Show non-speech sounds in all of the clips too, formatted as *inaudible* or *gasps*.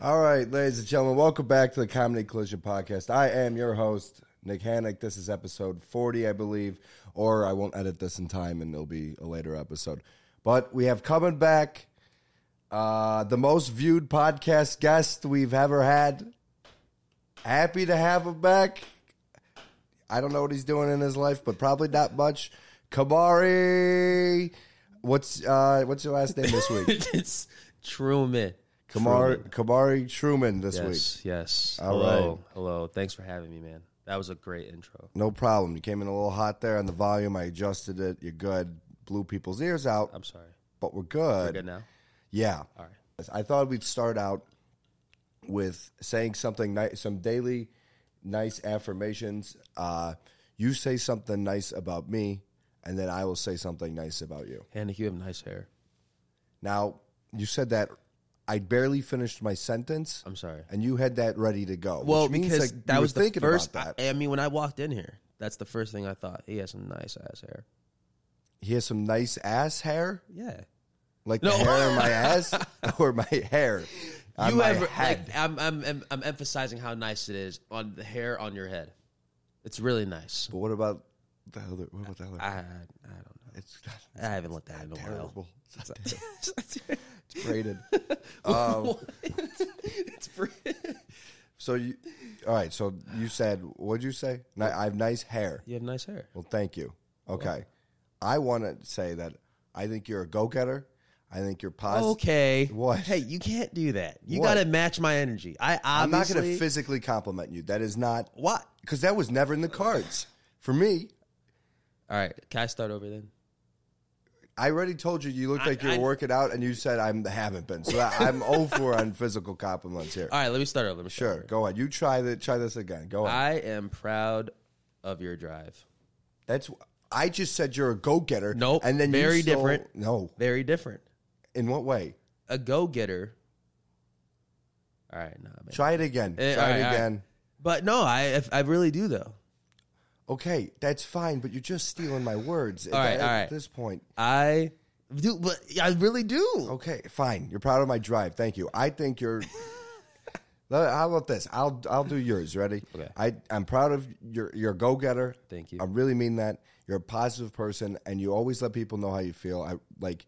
All right, ladies and gentlemen, welcome back to the Comedy Collision Podcast. I am your host, Nick Hannock. This is episode 40, I believe, or I won't edit this in time and it'll be a later episode. But we have coming back uh, the most viewed podcast guest we've ever had. Happy to have him back. I don't know what he's doing in his life, but probably not much. Kamari, what's uh, what's your last name this *laughs* week? it's Truman. Kamari, Kamari Truman this week. Yes, yes. All hello, right. hello. Thanks for having me, man. That was a great intro. No problem. You came in a little hot there on the volume. I adjusted it. You're good. Blew people's ears out, I'm sorry. but we're We're good. Um, good now. Yeah. All right. I thought we'd start out with saying something nice, some daily nice affirmations. Uh, you say something nice about me, and then I will say something nice about you. Hannah, you have nice hair. Now, you said that I barely finished my sentence, I'm sorry. and you had that ready to go. which Um, Well, means, because like, you that were was the thinking first. about that. I, I mean, when I walked in here, that's the first thing I thought. He has some nice ass hair. he has some nice ass hair. Yeah. Like No. the hair in my *laughs* ass or my hair on you my have head. like I'm, I'm I'm I'm emphasizing how nice it is on the hair on your head. It's really nice. but what about the other? What about the other? I I don't know. it's *laughs* not I haven't looked at it in a *laughs* while. terrible. It's not terrible. It's braided. Um, *laughs* it's pretty. So you, all right. So you said, what'd you say? Ni- I have nice hair. You have nice hair. Well, thank you. Okay. I want to say that I think you're a go getter. I think you're positive. Okay. What? Hey, you can't do that. You What? got to match my energy. I obviously. I'm not going to physically compliment you. That is not What? because that was never in the cards for me. All right. Can I start over then? I already told you you looked I- like you were I- working out, and you said I haven't been. So I- I'm *laughs* over on physical compliments here. All right. Let me start over. Let me start Sure, go ahead. You try the try this again. Go over. ahead. I am proud of your drive. That's I just said you're a go getter. Nope, and then you very stole- different. No, Very different. in what way? A go getter. All right. Nah, man. Try it again. Eh, try all right, it all right. again. But no, I I really do though. Okay, that's fine, but you're just stealing my words. All at, right, at all right. this point, I do, but I really do. okay, fine. You're proud of my drive. Thank you. I think *laughs* you're. Uh, How about this? I'll I'll do yours. Ready? Okay. I I'm proud of your your go getter. Thank you. I really mean that. You're a positive person, and you always let people know how you feel. I like,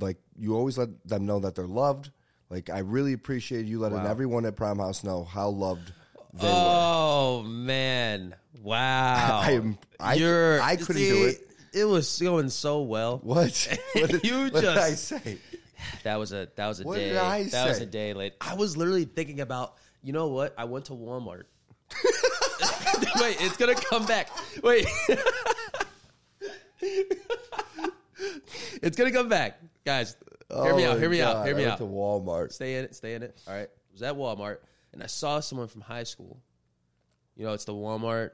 like you always let them know that they're loved. Like I really appreciate you letting everyone at Prime House know how loved they were. Oh man! Wow. *laughs* I am- I- You're. I couldn't do it. It was going so well. *laughs* What? What did, You what did I just- say? That was a that was a What day. did I that was say? a day late. I was literally thinking about you know what? I went to Walmart. *laughs* Wait, it's gonna come back. *laughs* Wait. it's gonna come back. Guys, hear me Oh out, my hear me out, God, hear me I went out. To Walmart. Stay in it, stay in it. All right. I was at Walmart and I saw someone from high school. You know, it's the Walmart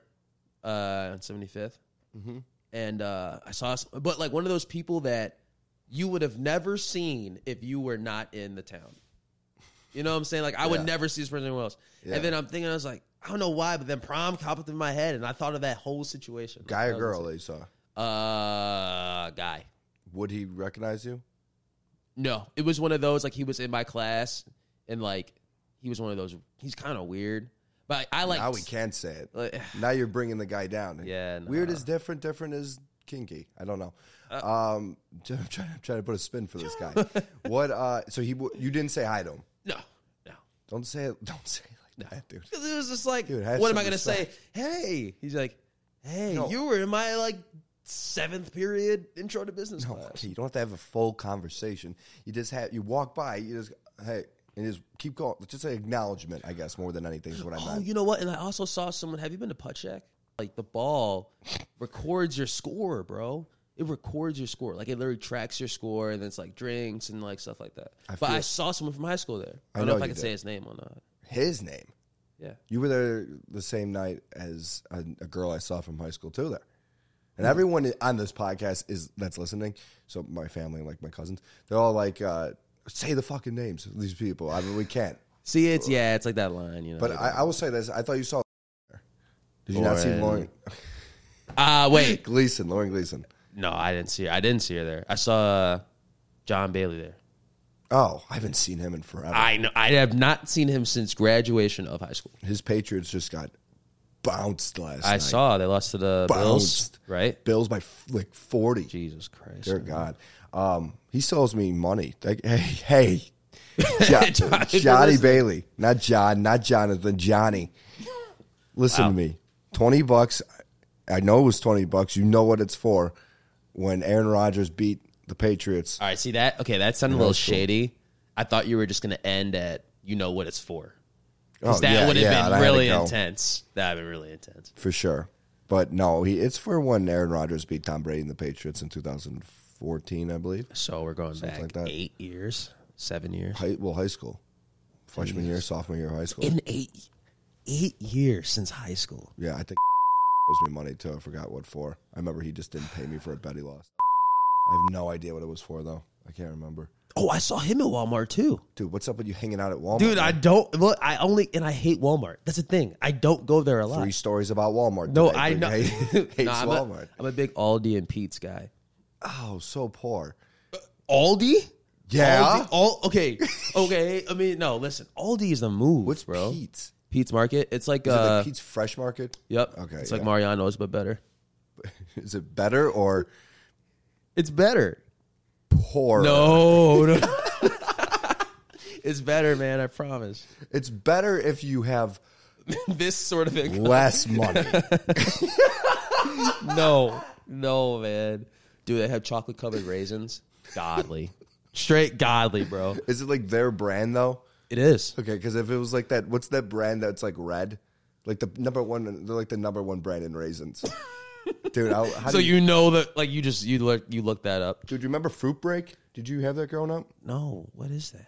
uh, on 75th. Mm-hmm. And uh, I saw, some, but like one of those people that you would have never seen if you were not in the town. You know what I'm saying? Like, I Yeah. would never see this person anywhere else. Yeah. And then I'm thinking, I was like, I don't know why, but then prom popped in my head and I thought of that whole situation. Guy or Like, girl? They saw. Uh, guy. Would he recognize you? No, it was one of those like he was in my class and like he was one of those. He's kind of weird, but I, I like. now we can't say it. like, *sighs* Now you're bringing the guy down. Yeah, Weird nah. is different. Different is kinky. I don't know. Uh, um, *laughs* I'm trying, I'm trying to put a spin for this guy. *laughs* what? Uh, so he, w- you didn't say hi to him. no, no, Don't say it. *laughs* Don't say it like that, dude. 'Cause it was just like, Dude, have what am some I gonna respect. say? Hey, he's like, hey, No. you were in my like seventh period intro to business No, class. you don't have to have a full conversation. You just have. You walk by. You just hey, and just keep going. Just an acknowledgement, I guess, more than anything is what I *gasps* Oh, meant. you know what? And I also saw someone. Have you been to Putcheck? Like the ball records your score, bro. It records your score. Like it literally tracks your score, and then it's like drinks and like stuff like that. but I feel- saw someone from high school there. I I don't know know if I you can say did. his name or not. His name. Yeah. You were there the same night as a, a girl I saw from high school too. There, Mm-hmm. and everyone on this podcast is that's listening. So my family, like my cousins, they're all like, uh, "Say the fucking names of these people." I mean, we can't. See, it's yeah, it's like that line, you know. But I, I will say this: I thought you saw. Did you not see Lauren Lauren. uh *clears throat* wait, Gleason? Lauren Gleason. no, I didn't see her. I didn't see her there. I saw uh, John Bailey there. Oh, I haven't seen him in forever. I know I have not seen him since graduation of high school. His Patriots just got bounced last I night. saw they lost to the Bills, Bounced. right? Bills by f- like forty. Jesus Christ! Dear God. Um, he still owes me money. Like, *laughs* hey, hey, Jo- Johnny, Johnny listen. Bailey, not John, not Jonathan, Johnny. Listen to me. Twenty bucks. I know it was twenty bucks. You know what it's for. When Aaron Rodgers beat the Patriots, All right, see that? Okay, that sounded a little shady. I thought you were just going to end at you know what it's for. 'Cause Oh, that yeah, would have yeah, that been had to really go. intense. That would have been really intense. for sure. But no, he, it's for when Aaron Rodgers beat Tom Brady and the Patriots in 2014, I believe. So we're going back like that. eight years, seven years. High, well, high school, freshman year, sophomore year, of high school. In eight, eight years since high school. Yeah, I think *laughs* owes me money too. I forgot what for. I remember he just didn't pay me for a bet he lost. I have no idea what it was for though. I can't remember. Oh, I saw him at Walmart too, Dude, what's up with you hanging out at Walmart? dude. I don't look. I only and I hate Walmart. That's the thing. I don't go there a lot. three stories about Walmart. no, today. I Big know. *laughs* hate- *laughs* hates Nah, I'm, Walmart. A, I'm a big Aldi and Pete's guy. Oh, so poor. Aldi? Yeah? Aldi, all okay. Okay. I mean, no. Listen, Aldi is the move, What's bro. Pete's? Pete's Market. It's like, Is it uh, like Pete's Fresh Market? yep. Okay, It's yeah. like Mariano's, but better. Is it better or It's better. poor? No, no. *laughs* it's better, man. I promise. *laughs* It's better if you have this sort of thing. *laughs* less money. No, no, man. Dude, they have chocolate covered raisins. Godly, straight godly, bro. Is it like their brand though? It is. Okay, because if it was like that, what's that brand that's like red? Like the number one, they're like the number one brand in raisins. *laughs* Dude, I, how So do you, you know that, like, you just you look you look that up. dude, you remember Fruit Break? Did you have that growing up? No, what is that?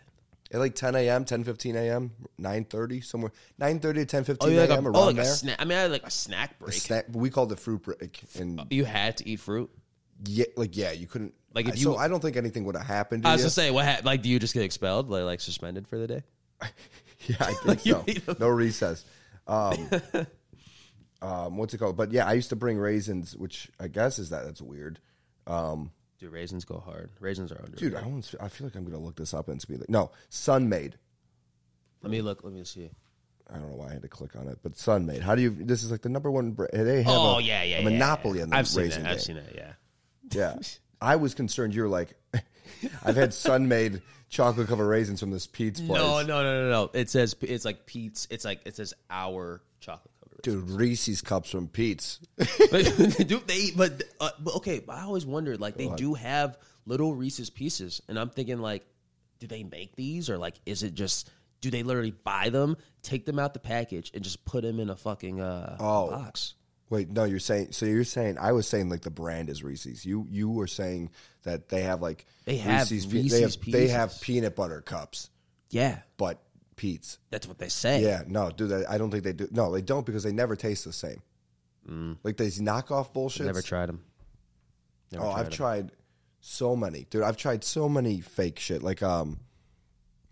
At like 10 a.m., 10, 15 a.m., 9.30, somewhere. 9.30 to 10, Oh, 15 yeah, like a.m. a, around oh, like there. a snack. I mean, I had like a snack break. Snack, we called it Fruit Break. And You had to eat fruit. yeah, like, yeah, you couldn't. Like, if so you- I don't think anything would have happened to I was you. gonna say, what hap like? Do you just get expelled, like, like suspended for the day? *laughs* Yeah, *laughs* I think Like, you so. eat them. No recess. *laughs* Um, um, what's it called? But yeah, I used to bring raisins, which I guess is that. That's weird. Dude, raisins go hard. Raisins are under. Dude, I almost I feel like I'm gonna look this up and be like, no, Sun Made. let me look. Let me see. I don't know why I had to click on it, but Sun Made. How do you? This is like the number one. bra- They have Oh a, yeah, yeah, a yeah, monopoly yeah. on the I've seen raisin that. game. I've seen that. Yeah. Yeah, I was concerned. You were like, *laughs* I've had Sun Made chocolate covered raisins from this Pete's place. No, no, no, no, no. It says it's like Pete's. It's like it says our chocolate covered. Dude, Reese's cups from Pete's. *laughs* But do *laughs* they? eat- But, uh, but okay. But I always wondered. Like they do have little Reese's pieces, and I'm thinking like, do they make these or like is it just? Do they literally buy them, take them out the package, and just put them in a fucking uh, Oh. box? Wait, no, you're saying so. You're saying I was saying like the brand is Reese's. You you were saying that they have like They have pe- they Reese's have, they have Pieces. peanut butter cups, Yeah, but Pete's. that's what they say. Yeah, no, dude, I I don't think they do. No, they don't because they never taste the same. Like these knockoff bullshit. Mm. Never tried them. Never oh, tried I've tried so many, dude. I've tried so many fake shit. Like, um,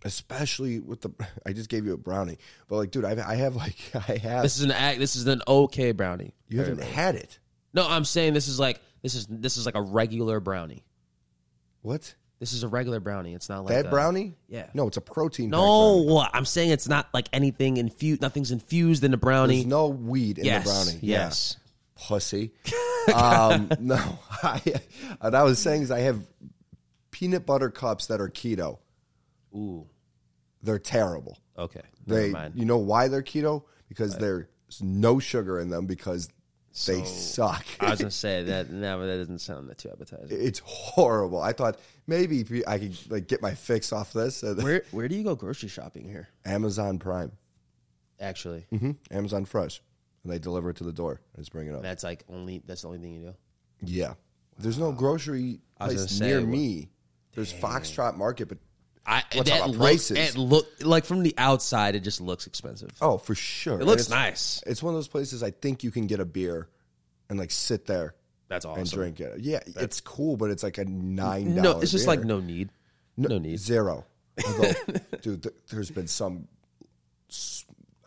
especially with the. *laughs* I just gave you a brownie, but like, dude, I've, I have like *laughs* I have. This is an act. This is an okay brownie. you haven't had it. No, I'm saying this is like this is this is like a regular brownie. What This is a regular brownie. It's not like that a- brownie? yeah. No, it's a protein. packed brownie. No, what I'm saying it's not like anything infused. Nothing's infused in a brownie. There's no weed in yes, the brownie. Yeah. yes. *laughs* pussy. um, no, *laughs* I, what I was saying is I have peanut butter cups that are keto. Ooh, They're terrible. okay. Never They, mind. *laughs* you know why they're keto? Because there's no sugar in them because they suck. I was gonna say that. No, but that doesn't sound that too appetizing. *laughs* it's horrible. I thought maybe if I could like get my fix off this. Where Where do you go grocery shopping here? *laughs* Amazon Prime, Actually, hmm Amazon Fresh, and they deliver it to the door. I just bring it up. that's like only that's the only thing you do. Yeah, there's no grocery was place gonna say, near what- me. There's Foxtrot Market, but I What's that all the look- prices? It look like from the outside, it just looks expensive. Oh, for sure. It looks it's, nice. It's one of those places I think you can get a beer and like sit there That's awesome. and drink it. Yeah, it's cool, but it's like a nine dollar. No, it's just like no need. No, need. zero. *laughs* Although, dude, th- there's been some.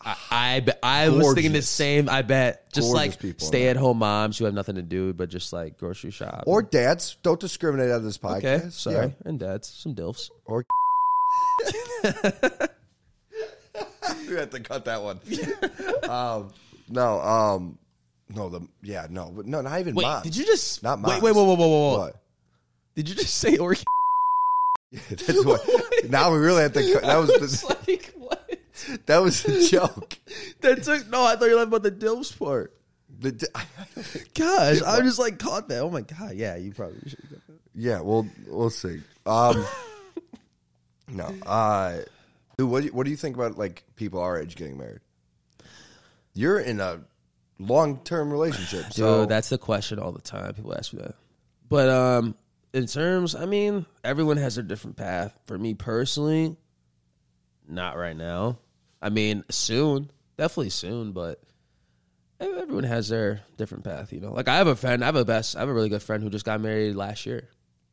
I I, be- I was thinking the Gorgeous. same. I bet just Gorgeous like people. stay at home moms who have nothing to do but just like grocery shop Or dads, don't discriminate on this podcast. Okay, sorry. Yeah. And dads, some dilfs. Or *laughs* we have to cut that one. *laughs* um, no, um, no, the yeah, no, but no, not even Wait, mom. did you just Not wait? moms. Wait, whoa, whoa, whoa, whoa, whoa! What? Did you just *laughs* say orc? *laughs* That's what. now we really have to. Cut. That was It's the, *laughs* like what? that was the joke. That took no. I thought you were laughing about the dilfs part. The d- Gosh, I just like caught that. Oh my god, yeah, you probably should. have got that. yeah, we'll we'll see. *laughs* Um, no, uh, dude, what do you, what do you think about like people our age getting married? You're in a long term relationship, so Dude, that's the question all the time. People ask me that. But um in terms, I mean, everyone has their different path. For me personally, not right now. I mean, soon, definitely soon, but e-, everyone has their different path, you know. Like I have a friend, I have a best, I have a really good friend who just got married last year.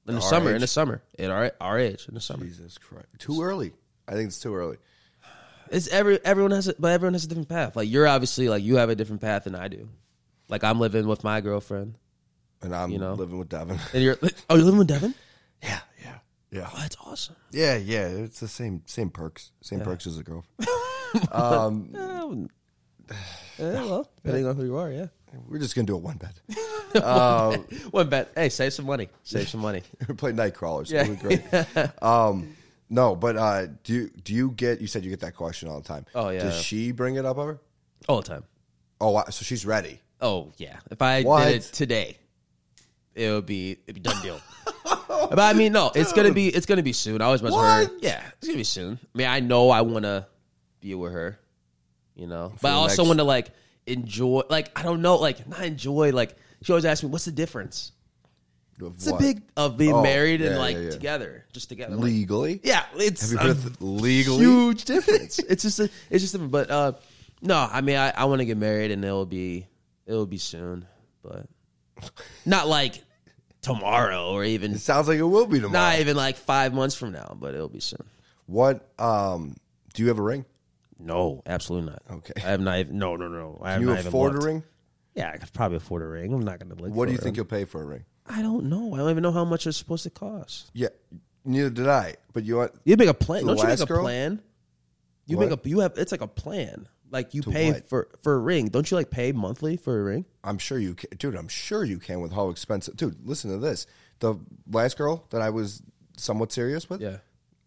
In the Our summer, age? in the summer, at our our age, in the summer. Jesus Christ, too early. I think it's too early. It's every everyone has a, but everyone has a different path. Like you're obviously like you have a different path than I do. Like I'm living with my girlfriend, And I'm You know? living with *laughs* Devin. and you're oh you're living with Devin. yeah, yeah, yeah. Oh, that's awesome. Yeah, yeah, it's the same same perks, same perks as a girlfriend. um, Oh, yeah, well, depending on who you are, yeah. we're just gonna do a one bet. *laughs* One bet. Hey, save some money. Save some money. we play night crawlers. Yeah. It'll be great. *laughs* um, no, but uh, do you- do you get? You said you get that question all the time. Oh, yeah. Does she bring it up ever? All the time. Oh, wow, so she's ready. Oh yeah. If I What? did it today, it would be it'd be *laughs* done deal. but I mean, no, it's gonna be it's gonna be soon. I always mess with her. What? Yeah, it's gonna be soon. I mean, I know I want to be with her, you know, but I the also next- want to like enjoy. Like I don't know, like not enjoy. Like she always asks me, "What's the difference?" It's a big of being Oh, married and yeah, like yeah, yeah. together, just together. like- legally. yeah, it's Have you a heard of legally? *laughs* huge difference. it's just a, it's just different. But uh, no, I mean, I, I want to get married, and it'll be it'll be soon, *laughs* but not like tomorrow or even It sounds like it will be tomorrow. not even like five months from now, but it'll be soon. What? Um, do you have a ring? No, absolutely not. Okay. I have not. Even, no, no, no. I have Can you not even afford a looked. ring? Yeah, I could probably afford a ring. I'm not gonna look. What do for you it. think you'll pay for a ring? I don't know. I don't even know how much it's supposed to cost. Yeah, neither did I. But you want You make a plan. The Don't you make last a girl? plan? You What? make a you have it's like a plan. Like you To pay what? for for a ring. Don't you like pay monthly for a ring? I'm sure you can, dude. I'm sure you can with how expensive, dude. Listen to this. The last girl that I was somewhat serious with, Yeah.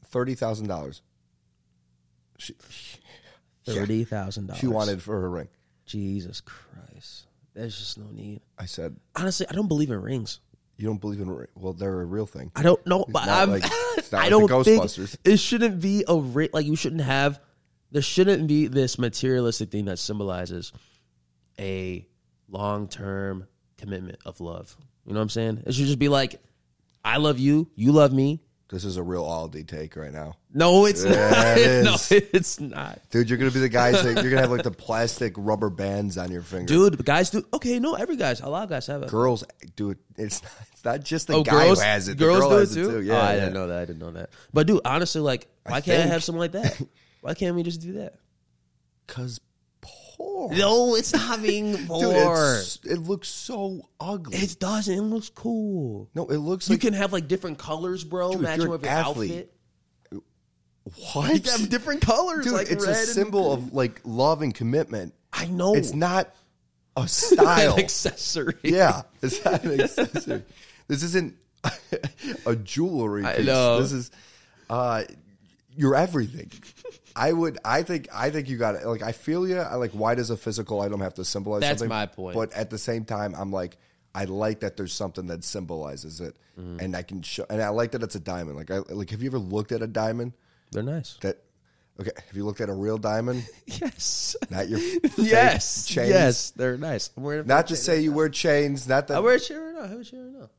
thirty thousand dollars. She, Thirty thousand dollars. she wanted for her ring. Jesus Christ. There's just no need. I said, Honestly, I don't believe in rings. "You don't believe in ring? Well, they're a real thing. I don't know, but not I'm, *laughs* like- it's not I like don't the Ghostbusters. think it shouldn't be a ring. Like you shouldn't have. There shouldn't be this materialistic thing that symbolizes a long term commitment of love. You know what I'm saying? It should just be like, I love you, you love me. This is a real Aldi take right now, No, it's not. it is. *laughs* No, it's not. dude. You're gonna be the guys that you're gonna have like *laughs* the plastic rubber bands on your fingers. Dude, but guys do okay, no, every guy's a lot of guys have it. Girls do it. It's not, it's not just the guy who has it. The Oh, Girls girl do has it too. Yeah, Oh, I yeah. didn't know that. I didn't know that. But dude, honestly, like, why can't think. I have something like that? why can't we just *laughs* do that? Cause poor. No, it's not *laughs* being Dude, poor. it's, it looks so ugly. it doesn't. It looks cool. no, it looks You like can have like different colors, bro. Dude, if matching you're with an your athlete, outfit. what? You *laughs* can have different colors, Dude, like it's red Oh. a symbol of like love and commitment. And, I know. It's not *laughs* a *laughs* an style. accessory. *laughs* yeah, it's not an *laughs* accessory. this isn't *laughs* a jewelry piece. know. This is uh, you're everything. I would. I think. I think you got it. Like I feel you. I like. Why does a physical item have to symbolize? That's something? my point. But at the same time, I'm like. I like that there's something that symbolizes it, Mm-hmm. and I can show. And I like that it's a diamond. Like, I like. Have you ever looked at a diamond? They're nice. That okay? Have you looked at a real diamond? Yes. *laughs* Not your fake Yes. chains. Yes. They're nice. I'm wearing a Not to say you wear chains. Not that I wear a chair right now. I have a chair right now.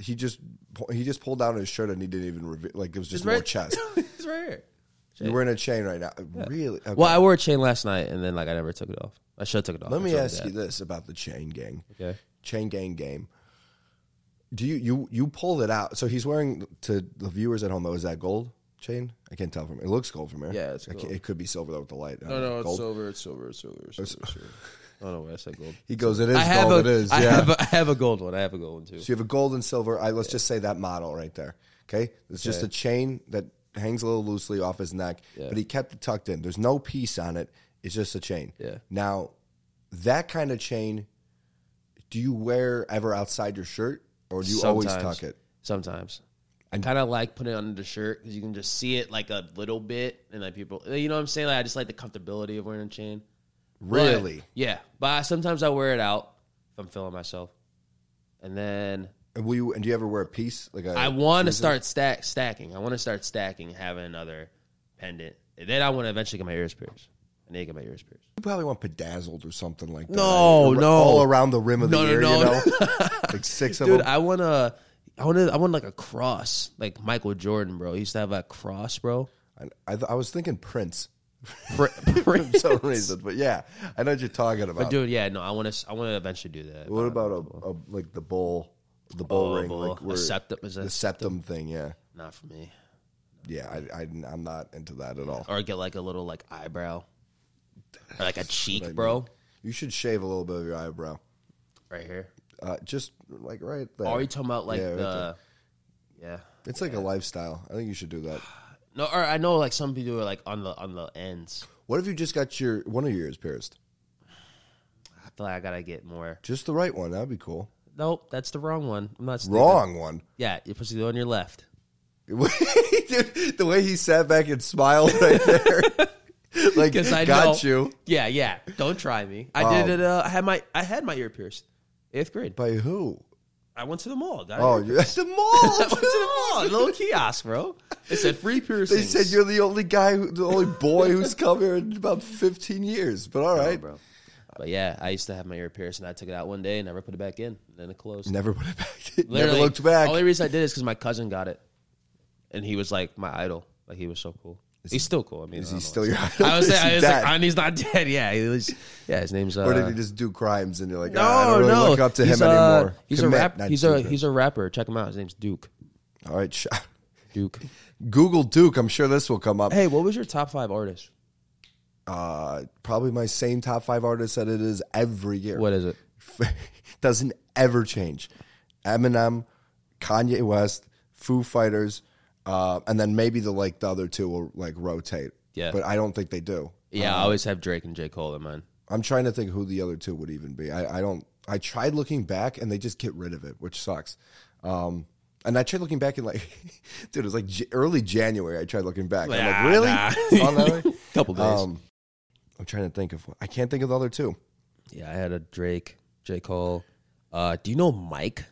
he just pu- he just pulled down his shirt and he didn't even reveal. Like it was just more *coughs* chest. *laughs* it's right here. You're wearing a chain right now. Really? Okay. Well, I wore a chain last night, and then like I never took it off. I should have took it off. Let I me told ask that. you this about the chain gang. Okay. Chain gang game. Do you you you pulled it out? So he's wearing to the viewers at home. Oh, is that gold chain? I can't tell from it. looks gold from here. Yeah, it's I can't- gold. it could be silver though with the light. No, no, it's gold. silver. It's silver. It's silver. It's silver. *laughs* It's silver. I don't know why I said gold. He goes, it is I have gold. a, it is. I yeah. have a, I have a gold one. I have a gold one too. So you have a gold and silver. I let's just say that model right there. Okay, it's just a chain that hangs a little loosely off his neck, Yeah. but he kept it tucked in. There's no piece on it. It's just a chain. Yeah. Now, that kind of chain, do you wear ever outside your shirt, or do you always Sometimes. tuck it? Sometimes. I kind of like putting it under the shirt because you can just see it like a little bit, and like people, you know what I'm saying. Like I just like the comfortability of wearing a chain. But- Really? yeah, but I, sometimes I wear it out if I'm feeling myself, and then And will you? And do you ever wear a piece? Like a I want to start stack stacking. I want to start stacking, having another pendant, and then I want to eventually get my ears pierced. I need to get my ears pierced. You probably want bedazzled or something like that. No, Or no. all around the rim of the No, no, ear. no. You *laughs* know, like six of Dude, them. I want to. I want to. I want like a cross, like Michael Jordan, bro. He used to have a cross, bro. I, I, th- I was thinking Prince *laughs* *laughs* Pr- pr- for some reason, but yeah, I know what you're talking about. Dude, yeah, no, I want to. I want to eventually do that. what about a, a like the bowl, the bowl Oh, ring, bowl. like A where- septum- is that the septum thing? Yeah, Not for me. yeah. I, I I'm not into that at all. Or get like a little like eyebrow, or like a cheek, bro, You should shave a little bit of your eyebrow, right here. uh, just like right there. Or are you Oh, talking about like Yeah, right the? Yeah. it's like a lifestyle. I think you should do *sighs* that. No, or I know like some people are like on the on the ends. What if you just got your one of your ears pierced, I feel like I gotta get more. just the right one? That'd be cool. Nope, that's the wrong one. I'm not stupid. Wrong one. *laughs* Yeah, you're supposed to go on your left. Dude, the way he sat back and smiled right *laughs* there, like Because I got know- you Yeah, yeah. Don't try me. I Um, did it. Uh, I had my I had my ear pierced. Eighth grade. by who? I went to the mall. Got Oh, it. you at *laughs* the *laughs* I went mall. to the mall. Little kiosk, bro. It said free piercings. They said you're the only guy, who, the only boy who's come here in about 15 years. But all right, Oh, bro. But yeah, I used to have my ear pierced, and I took it out one day, and never put it back in. And then it closed. never put it back. *laughs* never Literally, looked back. Only reason I did is because my cousin got it, and he was like my idol. Like he was so cool. he's still cool. I mean, uh, Is I he don't still know. your idol? I *laughs* was, Is saying, he I was like, dead? and he's not dead. Yeah, he was, yeah. His name's. Uh, or did he just do crimes and you're like, no, "Ah, I don't really no. look up to he's him a, anymore? He's Commit, a rap. not He's a do he's a rapper. Check him out. His name's Duke. it." all right. sh- *laughs* Duke. Google Duke. I'm sure this will come up. hey, what was your top five artist? Uh, probably my same top five artists that it is every year. What is it? *laughs* doesn't ever change. Eminem, Kanye West, Foo Fighters, uh, and then maybe the like the other two will like rotate. Yeah. but I don't think they do. Yeah, I always have Drake and J Cole in mind. I'm trying to think who the other two would even be. I, I don't. I tried looking back, and they just get rid of it, which sucks. Um, and I tried looking back, and like, *laughs* dude, it was like J- early January. I tried looking back. I'm like, really? *laughs* nah. On *laughs* that way? Couple days. um, I'm trying to think of. I can't think of the other two. yeah, I had a Drake, J Cole. Uh, do you know Mike?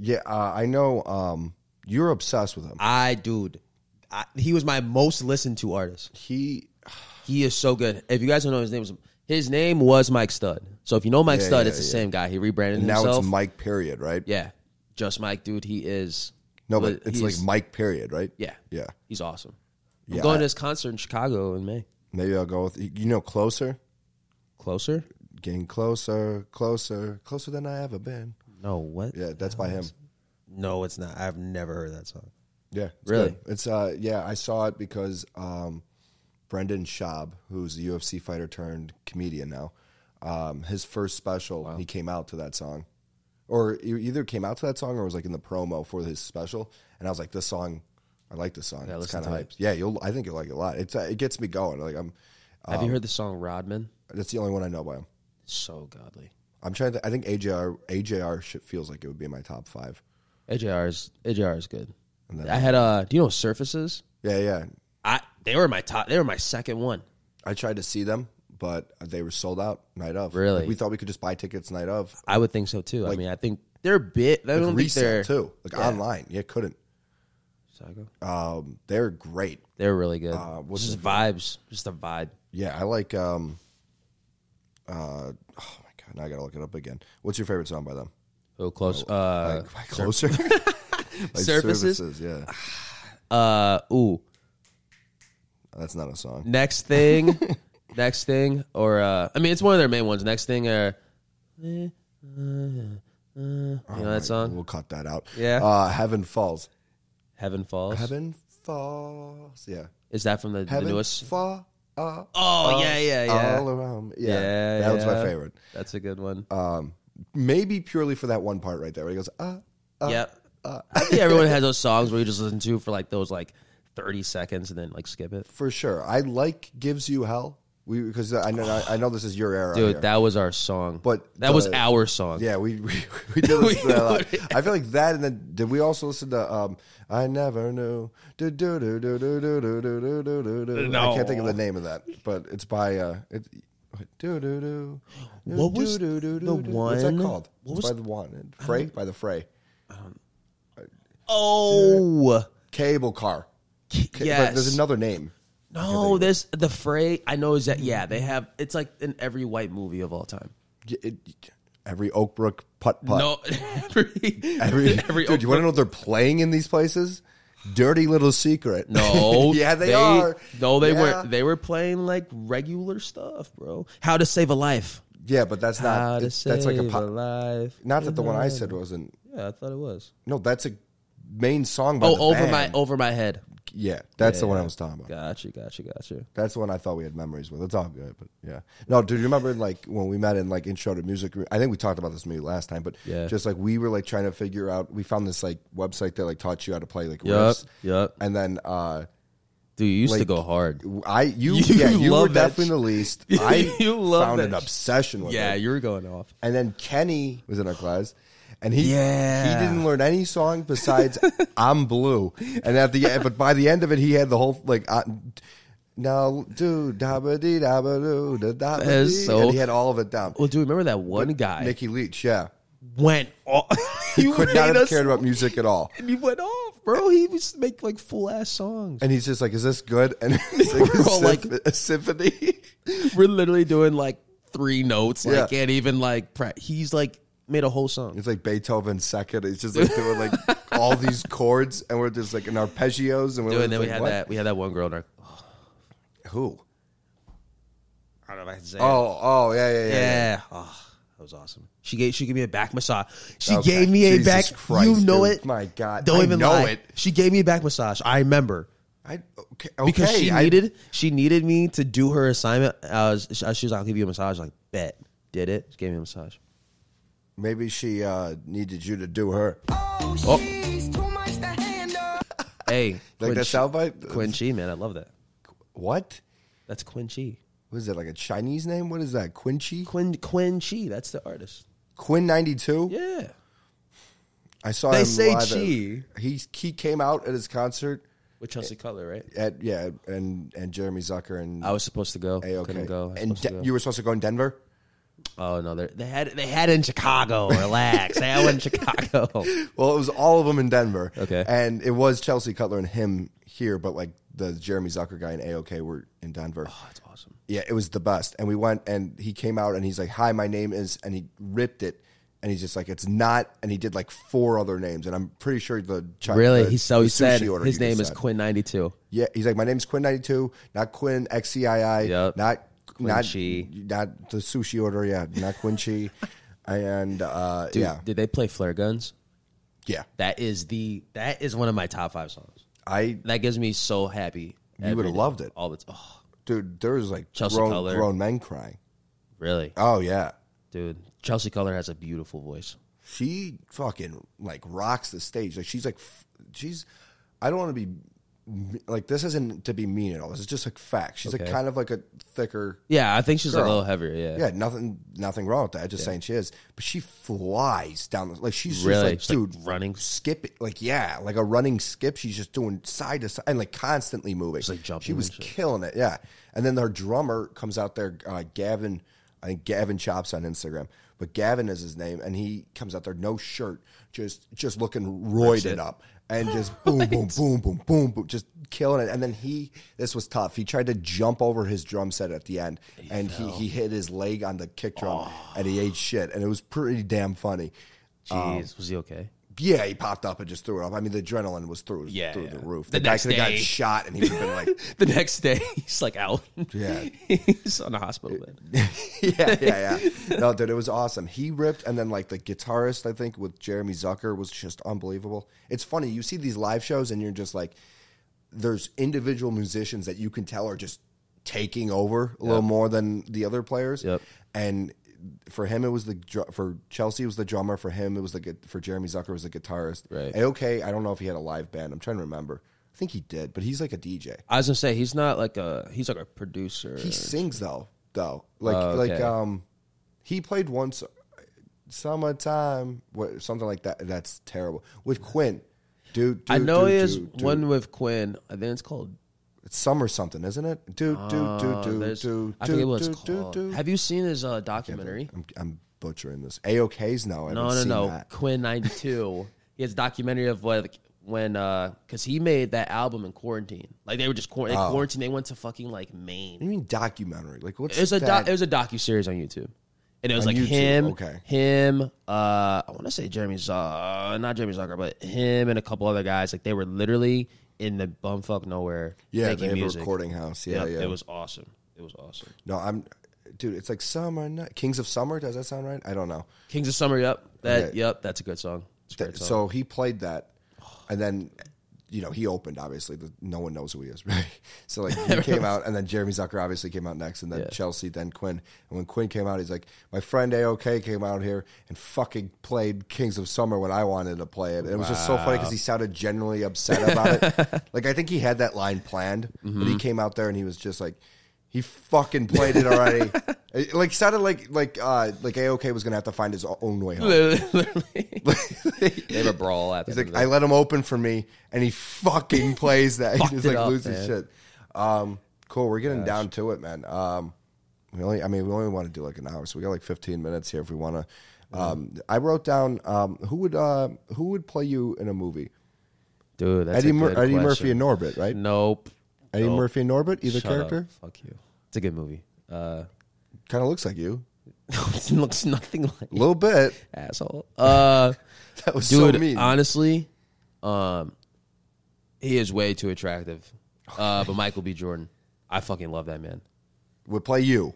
Yeah, uh, I know. Um, you're obsessed with him. I dude, I, he was my most listened to artist. He He is so good. If you guys don't know his name was his name was Mike Stud. So if you know Mike Yeah, Stud, yeah, it's the yeah. same guy. He rebranded now himself. it's Mike period, right? yeah, just Mike, dude. He is No, but he it's like is- Mike period, right? yeah, Yeah. he's awesome. Yeah, I'm going I- to his concert in Chicago in May. Maybe I'll go with you know closer, Closer? getting closer, closer, closer than I ever been. No, what? Yeah, that's by him. No, it's not. I've never heard that song. Yeah, it's Really? good. It's uh, yeah. I saw it because um, Brendan Schaub, who's a UFC fighter turned comedian now, um, his first special, he came out to that song, or he either came out to that song or was like in the promo for his special, and I was like, this song, I like this song. it's listen kind of to hyped. Yeah, you'll. I think you'll like it a lot. It's uh, it gets me going. Like I'm. Have Um, you heard the song Rodman? That's the only one I know by him. So godly. I'm trying to. I think AJR AJR shit feels like it would be in my top five. AJR is AJR is good. And then- I had uh do you know Surfaces? Yeah, yeah. I they were my top they were my second one. I tried to see them, but they were sold out night of. Really? Like, we thought we could just buy tickets night of. I would think so too. I mean I think they're bit I don't think Resale they're too, like online. Yeah, couldn't. Psycho. Um, they're great. They're really good. Uh, what's just vibes. Just the vibe. Yeah, I like. Um, uh, oh my god, now I gotta look it up again. What's your favorite song by them? Oh close. Uh Like, like *laughs* closer. Like Surfaces? Yeah, uh ooh. Uh, that's not a song. Next *laughs* thing next thing or uh I mean it's one of their main ones. Next thing or you Oh know that song? We'll cut that out. Yeah. Uh, Heaven Falls. Heaven Falls. Heaven Falls. Yeah. Is that from the, the Heaven newest? Falls. Oh Oh yeah, yeah, yeah. All around. me. Yeah. Yeah, that was my yeah. favorite. That's a good one. Um, maybe purely for that one part right there where he goes, uh, uh, *laughs* yep. I think everyone has those songs where you just listen to for like those like thirty seconds and then like skip it. for sure. I like gives you hell. We because I know I, I know this is your era, Dude, here. that was our song. But that was the- our song. yeah, we *laughs* we, we did listen to that a lot. *laughs* We- I feel like that, and then did we also listen to um, "I Never Knew"? Do, do, do, do, do, do, do, do, do, do, do, do. I can't think of the name of that, but it's by uh, it, do do do. What was the What's that one- called? what it's was- by the one Fray by the Fray Oh cable car. Ca- yes. but there's another name. no, there's the fray. I know is that yeah. They have it's like in every white movie of all time. Y- it- every Oakbrook putt putt. No, *laughs* every *laughs* Every, every, *laughs* every dude, you want to know what they're playing in these places? Dirty little secret. No. *laughs* yeah, they, are. No, they yeah. weren't. They were playing like regular stuff, bro. How to save a life. Yeah, but that's How not. to It's, save that's like a a pop. life. Not that the one I said wasn't. Yeah, I thought it was. No, that's a main song. By Oh, the over my band. over my head. Yeah, that's the one I was talking about. Gotcha, gotcha, gotcha. That's the one I thought we had memories with. It's all good, but yeah. No, dude, you remember like when we met in like intro to music? I think we talked about this maybe last time, but Yeah. just like we were like trying to figure out. We found this like website that like taught you how to play like Yup, riffs. yup. And then uh Dude, you used to Like, go hard. I you, *laughs* You yeah you were love that definitely the least. *laughs* You I love found that an sh- obsession with Yeah, it. you were going off. And then Kenny was in our class, and he Yeah. he didn't learn any song *laughs* besides "I'm Blue." And at the end, but by the end of it, he had the whole like. Uh, now, do da ba dee da ba doo da da ba That is dee," so- and he had all of it down. Well, do you remember that one guy Nikki Leach, yeah, went off? *laughs* he *laughs* you could made not have us- cared about music at all. He went off, bro. He was make like full ass songs. And he's just like, "Is this good?" And it's *laughs* like, We're a all symph- a symphony. *laughs* We're literally doing like three notes. Like Yeah. can't even like. Pra- he's like made a whole song. It's like Beethoven's second. It's just like doing like all *laughs* these chords, and we're just like in arpeggios, and we're Dude, just and then like, we had what? that. We had that one girl in our. Who? I don't know if I can say. it. Oh, oh, yeah, yeah, yeah. yeah. yeah. Oh, that was awesome. She gave she gave me a back massage. She Okay. gave me a Jesus back. Christ, you know dude. it. My God. don't I even know lie. it. She gave me a back massage. I remember. I okay, okay. because she I, needed she needed me to do her assignment. I was she was like, "I'll give you a massage." Like, bet did it. She gave me a massage. maybe she uh, needed you to do her. Oh, she's too much to handle. *laughs* Hey, Like that Quin Chi- soundbite. Quin Chi, man, I love that. What? That's Quin Chi. What is it like a Chinese name? What is that? Quinchy? Quin Quin Chi. That's the artist. Quinn ninety two. Yeah. I saw They him say live at- Chi. He he came out at his concert With Chelsea Color, right? at yeah, and and Jeremy Zucker and I was supposed to go. A-OK. Couldn't go. I was And supposed to De- go. you were supposed to go in Denver. Oh no, they're- they had they had it in *laughs* Chicago. Relax, they had one in *laughs* Chicago. Well, it was all of them in Denver. Okay. And it was Chelsea Cutler and him here, but like the Jeremy Zucker guy and AOK were in Denver. That's awesome. Yeah, it was the best. And we went and he came out and he's like, Hi, my name is, and he ripped it. And he's just like, It's not. And he did like four other names. And I'm pretty sure the China, Really? the, He so he the said sushi order his you just name is said. Quinn ninety two. Yeah, he's like, My name's Quinn92, not Quinn XCII, Yep. not, not, Chi. not the sushi order. Yeah, not Quincy. *laughs* and uh, yeah, Did they play flare guns? yeah. That is the that is one of my top five songs. I That gives me so happy. every would've day. loved it. All the t- oh, dude, there was like Chelsea grown, Color. grown men crying. really, Oh yeah, dude. Chelsea Color has a beautiful voice. she fucking like rocks the stage. Like she's like, f- she's. I don't want to be like this. Isn't to be mean at all. This is just like fact. She's like Okay. kind of like a thicker. Yeah, I think she's Girl. a little heavier. Yeah, Yeah, nothing, nothing wrong with that. Just saying she is, but she flies down. The, like she's just Really? like, She's, like, dude, running? skip, it. like yeah, like a running skip. She's just doing side to side and like constantly moving. like, jumping She was and shit. killing it, yeah. And then her drummer comes out there, uh, Gavin. I think Gavin Chops on Instagram, but Gavin is his name, and he comes out there no shirt, just just looking roided up, and *laughs* just boom, boom, boom, boom, boom, boom, just killing it. And then he, this was tough. He tried to jump over his drum set at the end, and he, he hit his leg on the kick drum, Oh. and he ate shit, and it was pretty damn funny. Um, jeez, was he okay? *laughs* Yeah, he popped up and just threw it up. I mean, the adrenaline was through Yeah, through yeah. the roof. The, The guy next could have gotten day. shot, and he would have been like, The next day, *laughs* he's like out. Yeah. *laughs* he's on a hospital bed. *laughs* yeah, yeah, *laughs* yeah. No, dude, it was awesome. He ripped, and then like the guitarist, I think, with Jeremy Zucker was just unbelievable. It's funny, you see these live shows, and you're just like, there's individual musicians that you can tell are just taking over a little more than the other players. Yep. And for him, it was the dr- for Chelsea it was the drummer. For him, it was the gu- for Jeremy Zucker it was the guitarist. Right. AOK, I don't know if he had a live band. I'm trying to remember. I think he did, but he's like a DJ. I was gonna say he's not like a he's like a producer. He sings though, though. Like Oh, like okay. um, he played once, summertime, what something like that. That's terrible with Quinn. Dude, I know dude, he has dude, dude. one with Quinn. I think it's called. It's summer something, isn't it? Do do do uh, do there's- do I forget do what it's do called. do. Have you seen his uh, documentary? I'm, I'm butchering this. AOK's now. I No, haven't no, seen no. That. Quinn ninety two. he has a documentary of like when because he made that album in quarantine. Like they were just quar- they Oh. quarantined. They went to fucking like What do Maine. you mean documentary? Like what's It was a doc- that? it was a docu series on YouTube, and it was On like YouTube, him, okay. him. Uh, I want to say Jeremy Zucker, not Jeremy Zucker, but him and a couple other guys. Like they were literally in the bumfuck nowhere. yeah, making they have a music. recording house. Yeah, Yep, yeah. It was awesome. It was awesome. no, I'm, dude. It's like summer night. Kings of Summer. Does that sound right? I don't know. Kings of Summer. Yep. That. Okay. Yep. That's a good song. It's a great Th- song. so he played that, and then you know he opened. Obviously, the, no one knows who he is. *laughs* Right? So *laughs* like he came out, and then Jeremy Zucker obviously came out next, and then Yeah. Chelsea, then Quinn. And when Quinn came out, he's like, "My friend AOK came out here and fucking played Kings of Summer when I wanted to play it." And it was just so funny because he sounded generally upset about *laughs* it. like I think he had that line planned, but Mm-hmm. he came out there and he was just like. He fucking played it *laughs* already. It, like sounded like like uh like AOK was gonna have to find his own way *laughs* home. Literally. they have a brawl at the He's end like, of I it. let him open for me, and he *laughs* fucking plays that. he Fucked just it like up, loses man. shit. Um, cool. We're getting down to it, man. Um, we only, I mean, we only want to do like an hour, so we got like 15 minutes here if we want to. Um, I wrote down um, who would uh, who would play you in a movie? Dude, that's Eddie, a Mur- good Eddie question. Murphy and Norbit, right? Nope. Eddie Nope. Murphy and Norbit, either Shut up. character, Fuck you. It's a good movie. Uh, *laughs* kind of looks like you it looks nothing like a you, little bit. *laughs* asshole. Uh, That was dude, so mean. honestly, um, he is way too attractive. Uh, but Michael B. Jordan, I fucking love that man. would play you,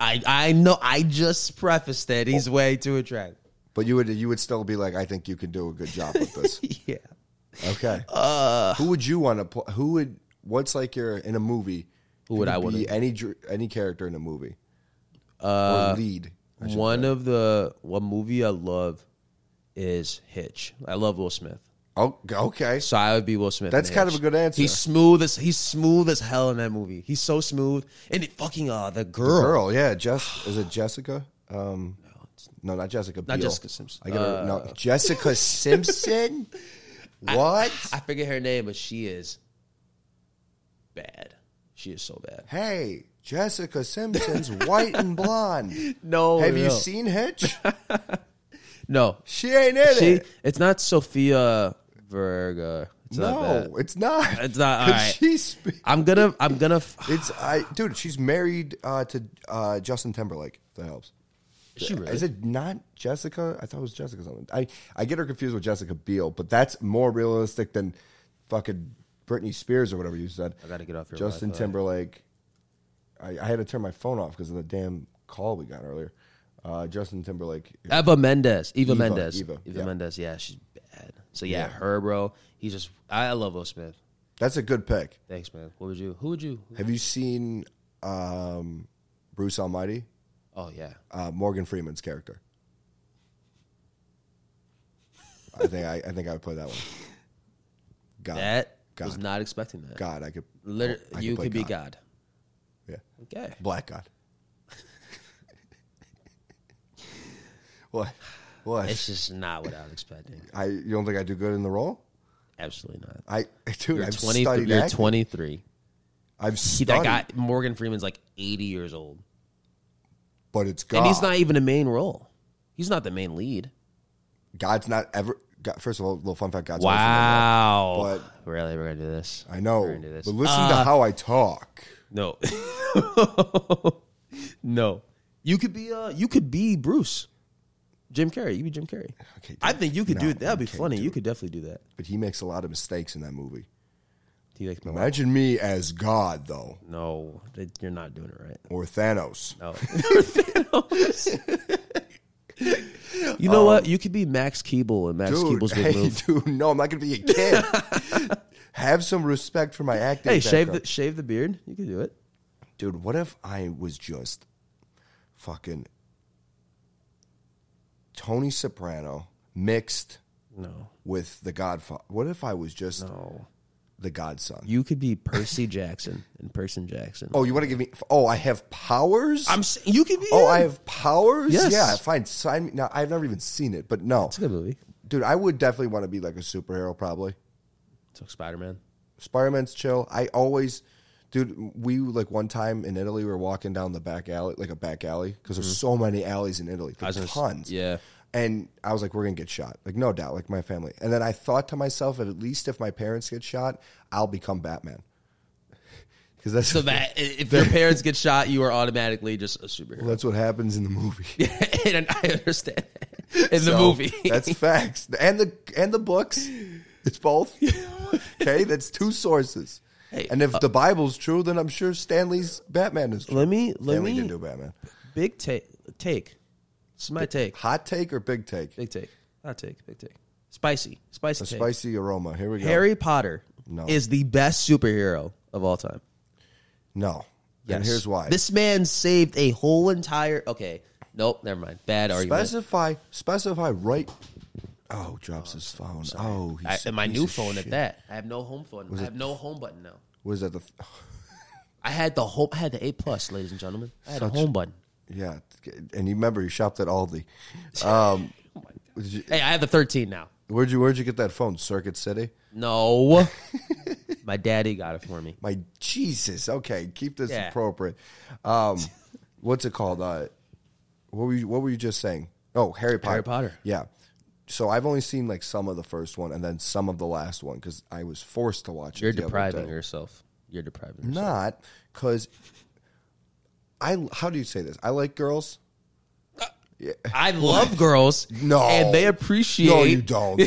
I I know. I just prefaced that he's way *laughs* too attractive. but you would you would still be like, I think you could do a good job with this. Yeah. Okay. Uh, who would you want to play? Who would? What's like your in a movie? Who would I would wanna- be any dr- any character in a movie Uh, or lead? I should One of the one movie I love is Hitch. I love Will Smith. Oh, okay. So I would be Will Smith. That's in kind of Hitch. a good answer. He's smooth as he's smooth as hell in that movie. He's so smooth. And it fucking uh the girl. Girl, yeah. Jess, is it Jessica? Um, no, not Jessica. Biel. Not Jessica Simpson. Uh. I gotta, no, *laughs* Jessica Simpson. What? I forget her name, but she is bad. She is so bad. hey, Jessica Simpson's white and blonde. *laughs* No, Have you no. seen Hitch? No. She ain't in She it. it's not Sophia Verga. It's not that. No, it's not. It's not- all *laughs* 'Cause right. She's. I'm gonna I'm gonna It's I, dude. She's married uh, to uh, Justin Timberlake. If that helps. Is she really? Is it not Jessica? I thought it was Jessica something. I I get her confused with Jessica Biel, but that's more realistic than fucking Britney Spears or whatever you said. I gotta get off here, but I Justin thought- Timberlake. I, I had to turn my phone off because of the damn call we got earlier. Uh, Justin Timberlake. Eva Mendes. Eva, Eva, Mendes. Eva, Eva, yeah. Mendes. Yeah, she's bad. So yeah, her bro. He's just. I love Will Smith. That's a good pick. Thanks, man. What would you? Who would you? Have you seen um, Bruce Almighty? Oh yeah. uh, Morgan Freeman's character. I think I, I think I would play that one. God, That Uh, God. was not expecting that. God, I could. Liter- I you play could be God. Yeah, Okay. Black God. *laughs* what? What? It's just not what I was expecting. I you don't think I do good in the role? Absolutely not. I *laughs* dude, You're I've 23. studied You're acting. 23. I've See, studied, that guy Morgan Freeman's like 80 years old, but it's God. and he's not even a main role. He's not the main lead. God's not ever. God, first of all, little fun fact. God's always in the role. Wow. But- really, we're gonna do this. I know, We're gonna do Ah. this. Uh. but listen to how I talk. No. Uh, *laughs* no. You could be uh you could be Bruce. Jim Carrey, you be Jim Carrey. Okay, I think you could No, do that'd be you can't funny. do You could definitely do that. But he makes a lot of mistakes in that movie. He like, no, Imagine me as God, though, no, that- you're not doing it right. or Thanos. *laughs* No. *laughs* you know what? You could be Max Keeble and Max Um, Dude, Keeble's big hey, *laughs* move. dude, no, I'm not gonna be a *laughs* kid. Have some respect for my acting. Hey, shave background. the shave the beard. You could do it. dude. What if I was just fucking Tony Soprano mixed No. with The Godfather? What if I was just No. the godson. You could be Percy Jackson and Person Jackson. Oh, you want to give me? Oh, I have powers. I'm. s- You could be. Oh, him. I have powers. Yes. Yeah, fine. Sign me. Now, I've never even seen it, but no, It's a good movie. dude, I would definitely want to be like a superhero. Probably So Spider Man. Spider-Man's chill. I always, dude. We like one time in Italy, we were walking down the back alley, like a back alley, because Mm-hmm. there's so many alleys in Italy. Like, tons. Yeah. And I was like, we're gonna get shot, like no doubt, like my family. And then I thought to myself, at least if my parents get shot, I'll become Batman. *laughs* Because that's So that i- if your parents get shot, you are automatically just a *laughs* superhero. that's what happens in the movie. *laughs* and I understand that. in the So, movie. that's facts. And the and the books. It's *laughs* both. okay, that's two sources. Hey, uh, and if the Bible's true, then I'm sure Stanley's Batman is true. let me let Stanley me didn't do Batman. big take take. This is my take. Hot take or big take? Big take. Not take. Big take. Spicy. Spicy. A take. spicy aroma. Here we go. Harry Potter No. is the best superhero of all time. No. And Yes. here's why. This man saved a whole entire. Okay. Nope. Never mind. Bad argument. specify specify right. Oh, drops his phone. Oh, I, he's a and my piece new of phone shit. at that. I have no home phone. I have no home button now. Was that the? I had the home. I had the A plus, ladies and gentlemen. I had a home button. *sighs* Yeah, and you remember you shopped at Aldi. Um, did you- Hey, I have the 13 now. where'd you where'd you get that phone? Circuit City. *laughs* No, my daddy got it for me. My Jesus. Okay, keep this Yeah. appropriate. *laughs* Um, what's it called? Uh, what were you What were you just saying? Oh, Harry Potter. Harry Potter. Yeah. So I've only seen like some of the first one and then some of the last one because I was forced to watch You're it. the other depriving day. yourself. You're depriving yourself. Not because I. How do you say this? I like girls. *laughs* I love girls. No. and they appreciate No, you *laughs* don't.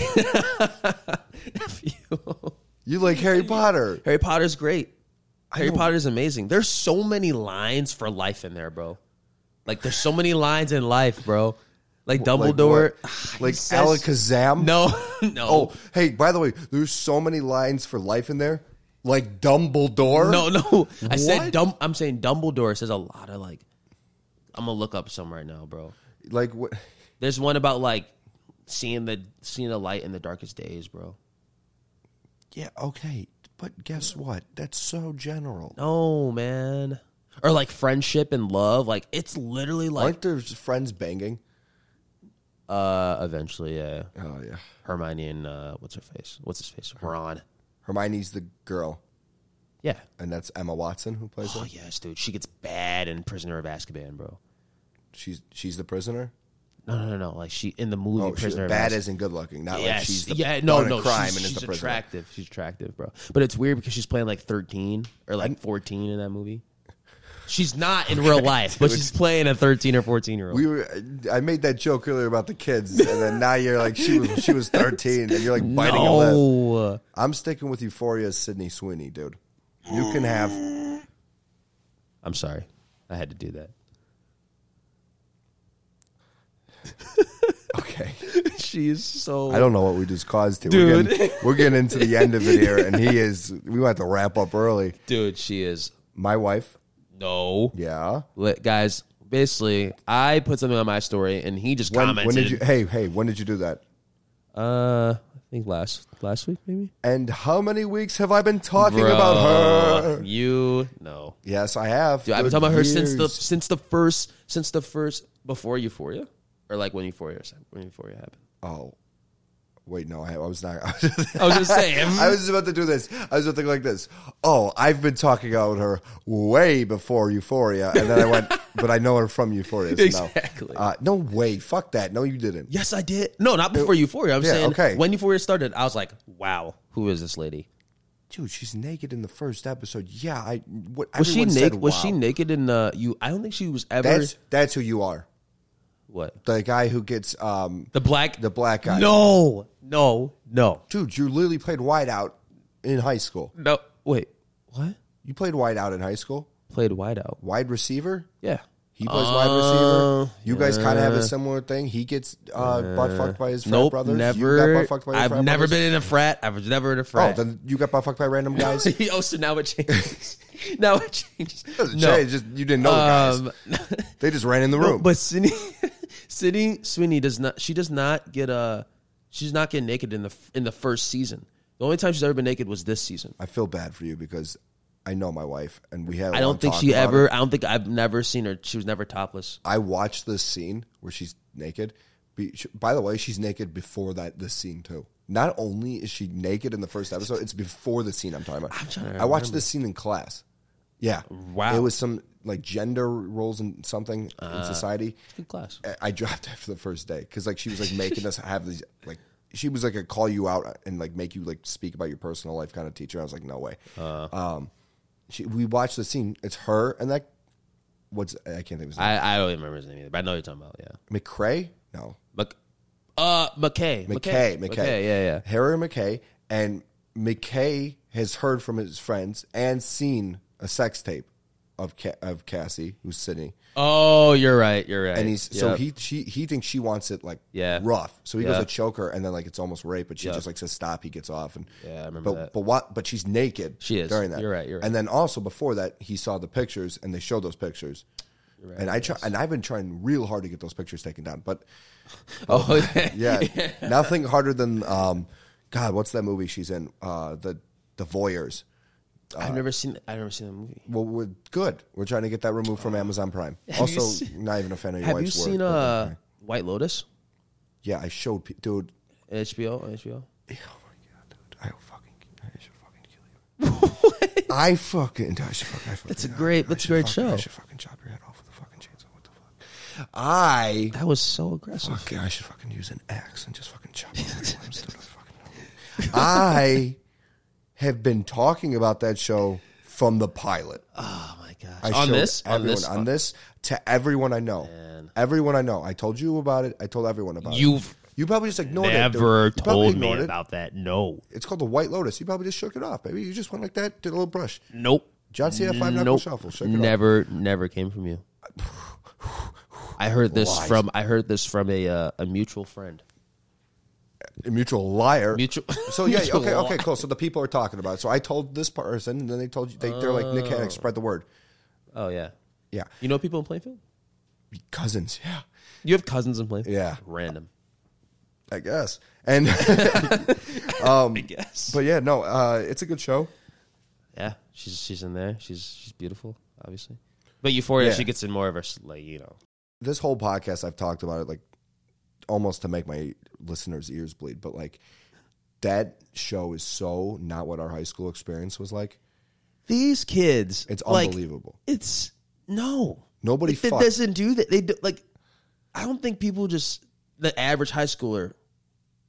you. you like Harry Potter. Harry Potter's great. Harry know. Potter's amazing. There's so many lines for life in there, bro. Like there's so many lines in life, bro. Like Like Dumbledore, what? *sighs* he Like says- Alakazam. No, *laughs* no. Oh, hey, by the way, there's so many lines for life in there. Like Dumbledore. No, no. I What? said dumb. I'm saying Dumbledore says a lot of like. I'm gonna look up some right now, bro. Like what? There's one about like seeing the seeing the light in the darkest days, bro. Yeah, okay. But guess what? That's so general. No, man. Or like friendship and love. Like it's literally like Aren't there friends banging? uh eventually, yeah. Oh yeah. Hermione and uh what's her face? What's his face? Ron. Hermione's the girl, Yeah. and that's Emma Watson who plays *gasps* Oh her. yes, dude. She gets bad in Prisoner of Azkaban, bro. She's she's the prisoner. No, no, no, no. Like she in the movie Oh, she's Prisoner of bad Azkaban. isn't good looking. Not yes. like she's the yeah. No. done a No. crime she's and is she's the prisoner. attractive. She's attractive, bro. But it's weird because she's playing like thirteen or like fourteen in that movie. *laughs* She's not in real life, but *laughs* she's playing a thirteen or fourteen year old. We were. I made that joke earlier about the kids, and then now you're like she was she *laughs* was 13, and you're like biting a lip. No. I'm sticking with Euphoria, Sydney Sweeney, dude. You can have. I'm sorry. I had to do that. Okay, *laughs* she is so. I don't know what we just caused here. We're Dude. *laughs* getting, we're getting into the end of it here, and he is. We want to wrap up early. dude. She is My wife. no. Yeah. Let- guys, basically, I put something on my story, and he just When, commented. when did you? Hey, hey. When did you do that? Uh, I think last last week maybe. And how many weeks have I been talking about her? You know, Yes, I have. Dude, I've been for talking about her since the years. since the first since the first before Euphoria, or like when Euphoria when Euphoria happened. Oh, wait. No, I, I was not. *laughs* I was just saying. I was just about to do this. I was about to go like this. Oh, I've been talking about her way before Euphoria, and then I *laughs* went, but I know her from Euphoria. so no. Exactly. Uh, no way. Fuck that. No, you didn't. yes, I did. No, not before Euphoria. I'm yeah, saying okay. when Euphoria started, I was like, wow, who is this lady? Dude, she's naked in the first episode. Yeah, I. What, Was she everyone naked? said, Was she wow. naked in uh you? I don't think she was ever That's that's who you are. what The guy who gets um the black the black guy. No, no, no, dude, you literally played wideout in high school. no. Wait, what? You played wideout in high school. Played wideout. Wide receiver. Yeah. He plays wide receiver. Oh, You guys kind of have a similar thing. He gets uh, butt fucked by his frat nope, brothers. You never. got butt fucked by your I've frat never brothers? been in a frat. I've never in a Oh, frat. then you got butt fucked by random *laughs* guys. *laughs* oh, so now it changes. *laughs* now it changes. no. just you didn't know the guys. Um, *laughs* They just ran in the room. but Sydney, *laughs* Sydney Sweeney does not. She does not get a. She's not getting naked in the in the first season. The only time she's ever been naked was this season. I feel bad for you because I know my wife, and we had. I I don't think she ever. I don't think I've never seen her. She was never topless. I watched this scene where she's naked. Be- sh- By the way, she's naked before that this scene too. Not only is she naked in the first episode, it's before the scene I'm talking about. trying to I watched this scene in class. Yeah. Wow. Uh. It was some like gender roles and something in society. Good class. I- I dropped *laughs* after the first day because like she was like making us have these like she was like a call you out and like make you like speak about your personal life kind of teacher. I was like, no way. Uh. um, she, we watched the scene. It's her and that what's I can't think of his name. I, I don't even remember his name either, but I know what you're talking about. Yeah, McCray? No, Mc, uh, McKay, McKay. McKay. yeah, yeah. Harry McKay and McKay has heard from his friends and seen a sex tape of Ca- of Cassie who's sitting. Oh, you're right, you're right. and he's so Yep. he she he thinks she wants it like Yeah. rough. So he Yeah. goes to choke her, and then like it's almost rape, but she Yeah. just like says stop. He gets off, and Yeah, I remember but, that. But what? But she's naked. She is. during that. You're right, you're right. And then also before that, he saw the pictures, and they showed those pictures. and I try, and I've been trying real hard to get those pictures taken down, but Oh, *laughs* yeah, nothing harder than um, God, what's that movie she's in? Uh, the the voyeurs. I've never seen. I've never seen that movie. Well, we're good. We're trying to get that removed from Amazon Prime. Also, seen- not even a fan of your Have you wife's seen work. uh, White Lotus? yeah, I showed pe- dude. Oh HBO, on HBO. I fucking, I should fucking kill *laughs* you. I fucking, dude, I should fucking, I fucking. That's a great- I that's a should great fucking- I show. should fucking chop your head off with a fucking chainsaw. What the fuck? I. That was so aggressive. Okay, I should fucking use an axe and just fucking chop off your limbs, dude. I fucking know. *laughs* I have been talking about that show from the pilot. Oh my gosh! I on showed this, on everyone, this, on this, to everyone I know, Man. everyone I know. I told you about it. I told everyone about it. you've You probably just ignored it. dude. Never You probably told me ignored it. about that. No. It's called the White Lotus. You probably just shook it off, baby. You just went like that, did a little brush. nope. John Cena five knuckle nope. shuffle. Shook it off. Never, never came from you. I heard this Lies. from. I heard this from a uh, a mutual friend. A mutual liar. Mutual. *laughs* So yeah, mutual okay, li- okay, cool. So the people are talking about it. So I told this person, and then they told you they, they're like Nick Hannock, spread the word. Oh yeah. Yeah, You know people in Plainfield? cousins. Yeah, You have cousins in Plainfield? Yeah. Random. I guess. And *laughs* I guess. Um, but yeah, no, uh, it's a good show. yeah, she's she's in there. She's she's beautiful, obviously. But Euphoria, Yeah. she gets in more of her s- like you know. This whole podcast, I've talked about it like almost to make my listeners' ears bleed, but like that show is so not what our high school experience was like. These kids, It's like, unbelievable. it's no Nobody It, it fucked. doesn't do that. They do, like. I don't think people just the average high schooler